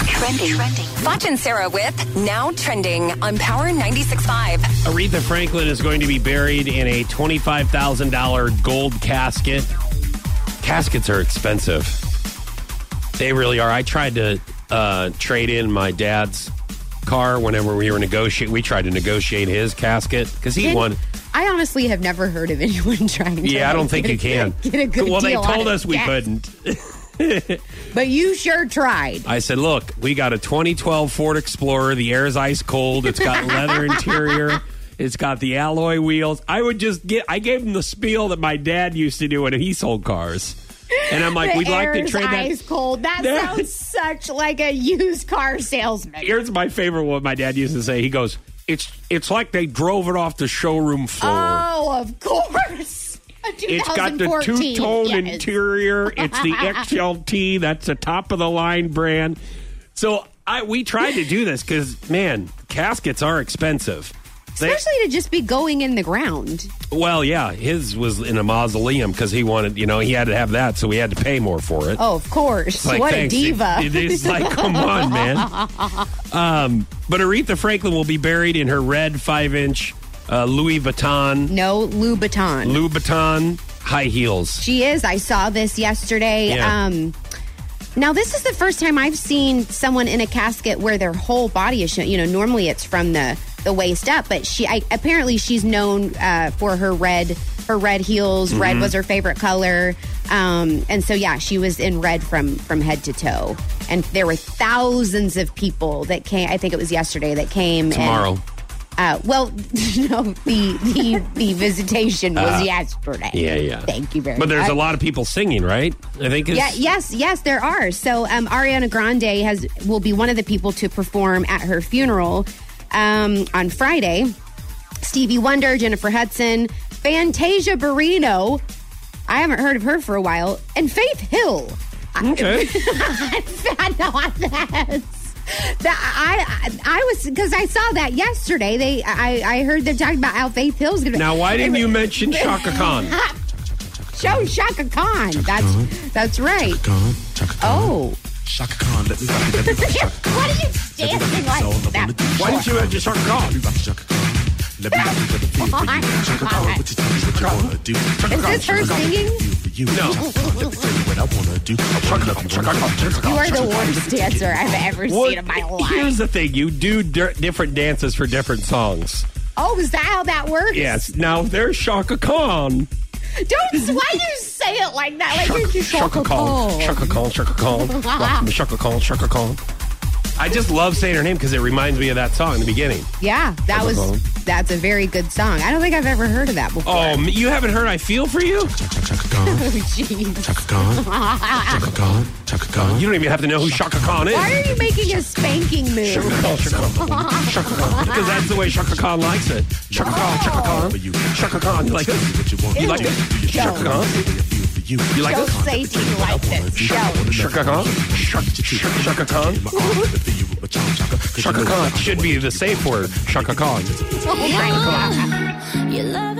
Trending. Trending. Foch and Sarah with Now Trending on Power 96.5. Aretha Franklin is going to be buried in a $25,000 gold casket. Caskets are expensive. They really are. I tried to uh, trade in my dad's car whenever we were negotiating. We tried to negotiate his casket because he Did- won. I honestly have never heard of anyone trying to. Yeah, I don't think like, get you a- can. Get a good well, they deal on told it. us we Yes, couldn't. But you sure tried. I said, look, we got a 2012 Ford Explorer. The air is ice cold. It's got leather interior. It's got the alloy wheels. I would just get, I gave him the spiel that my dad used to do when he sold cars. And I'm like, The Uh, we'd like air to is trade ice that. cold. That There- sounds such like a used car salesman. Here's my favorite one my dad used to say. He goes, it's, it's like they drove it off the showroom floor. Oh, of course. It's got the 2014, two tone yes. interior. It's the XLT. That's a top of the line brand. So I we tried to do this because man, caskets are expensive. They- Especially to just be going in the ground. well, yeah, his was in a mausoleum because he wanted, you know, he had to have that, so we had to pay more for it. Oh, of course. It's like, what thanks. a diva. It- it's like, come on, man. Um, but Aretha Franklin will be buried in her red five inch uh, Louis Vuitton, no Louboutin. Louis Vuitton high heels. She is. I saw this yesterday. Yeah. Um now this is the first time I've seen someone in a casket where their whole body is shown. You know, normally it's from the the waist up, but she I, apparently she's known uh, for her red her red heels. Mm-hmm. Red was her favorite color, um, and so yeah, she was in red from from head to toe. And there were thousands of people that came. I think it was yesterday that came. and- Tomorrow. uh, well, no, the the, the visitation was Uh, yesterday. Yeah, yeah. Thank you very But there's much. a lot of people singing, right? I think. It's, Yeah, yes, yes, there are. So um, Ariana Grande has will be one of the people to perform at her funeral um, on Friday. Stevie Wonder, Jennifer Hudson, Fantasia Barrino. I haven't heard of her for a while, and Faith Hill. Okay. I know that. That I I I was because I saw that yesterday. They I I heard them talking about how Faith Hill's gonna. now, why didn't you mention Shaka Khan? show Shaka Khan? that's Khan. that's right. Khan, Chaka Khan. Oh. Shaka Khan, let me rock it, let me rock it, Chaka Khan. What are you dancing like that for? Why didn't you mention Shaka Let Khan? me rock it, Chaka Khan. Let me rock it, let me feel for you. Chaka Khan, what you tell me what you wanna do. Chaka Is Khan, this her Chaka Khan, singing? feel for you. No. Chaka Khan, let me tell you what I wanna do. I wanna love you, wanna fuck you, You are the Chaka Khan, let me worst take it. dancer I've ever seen in my here's life. the thing: you do dir- different dances for different songs. Oh, is that how that works? Yes. Now, if there's Shaka Khan. Don't why do you say it like that? Like you're just Shaka Khan, Shaka Khan, Shaka Khan, Welcome to Shaka Khan, Shaka Khan. I just love saying her name because it reminds me of that song in the beginning. Yeah, that was Khan. that's a very good song. I don't think I've ever heard of that before. Oh, m- you haven't heard "I Feel for You"? Chaka Khan, jeez. Chaka Khan, Chaka Khan, Chaka Khan. You don't even have to know who Shaka Khan is. Why are you making a spanking move? Because that's the way Shaka Khan likes it. Shaka Khan, Shaka Oh. Khan. For you. Chaka Khan, you like Tell me this? what you want. You like this? Shaka Khan? You You like Don't this? say do you like this. Show. Shaka Khan? Shaka, Shaka, Shaka Khan? Shaka Khan should be the safe word. Shaka Khan. Oh my God. You love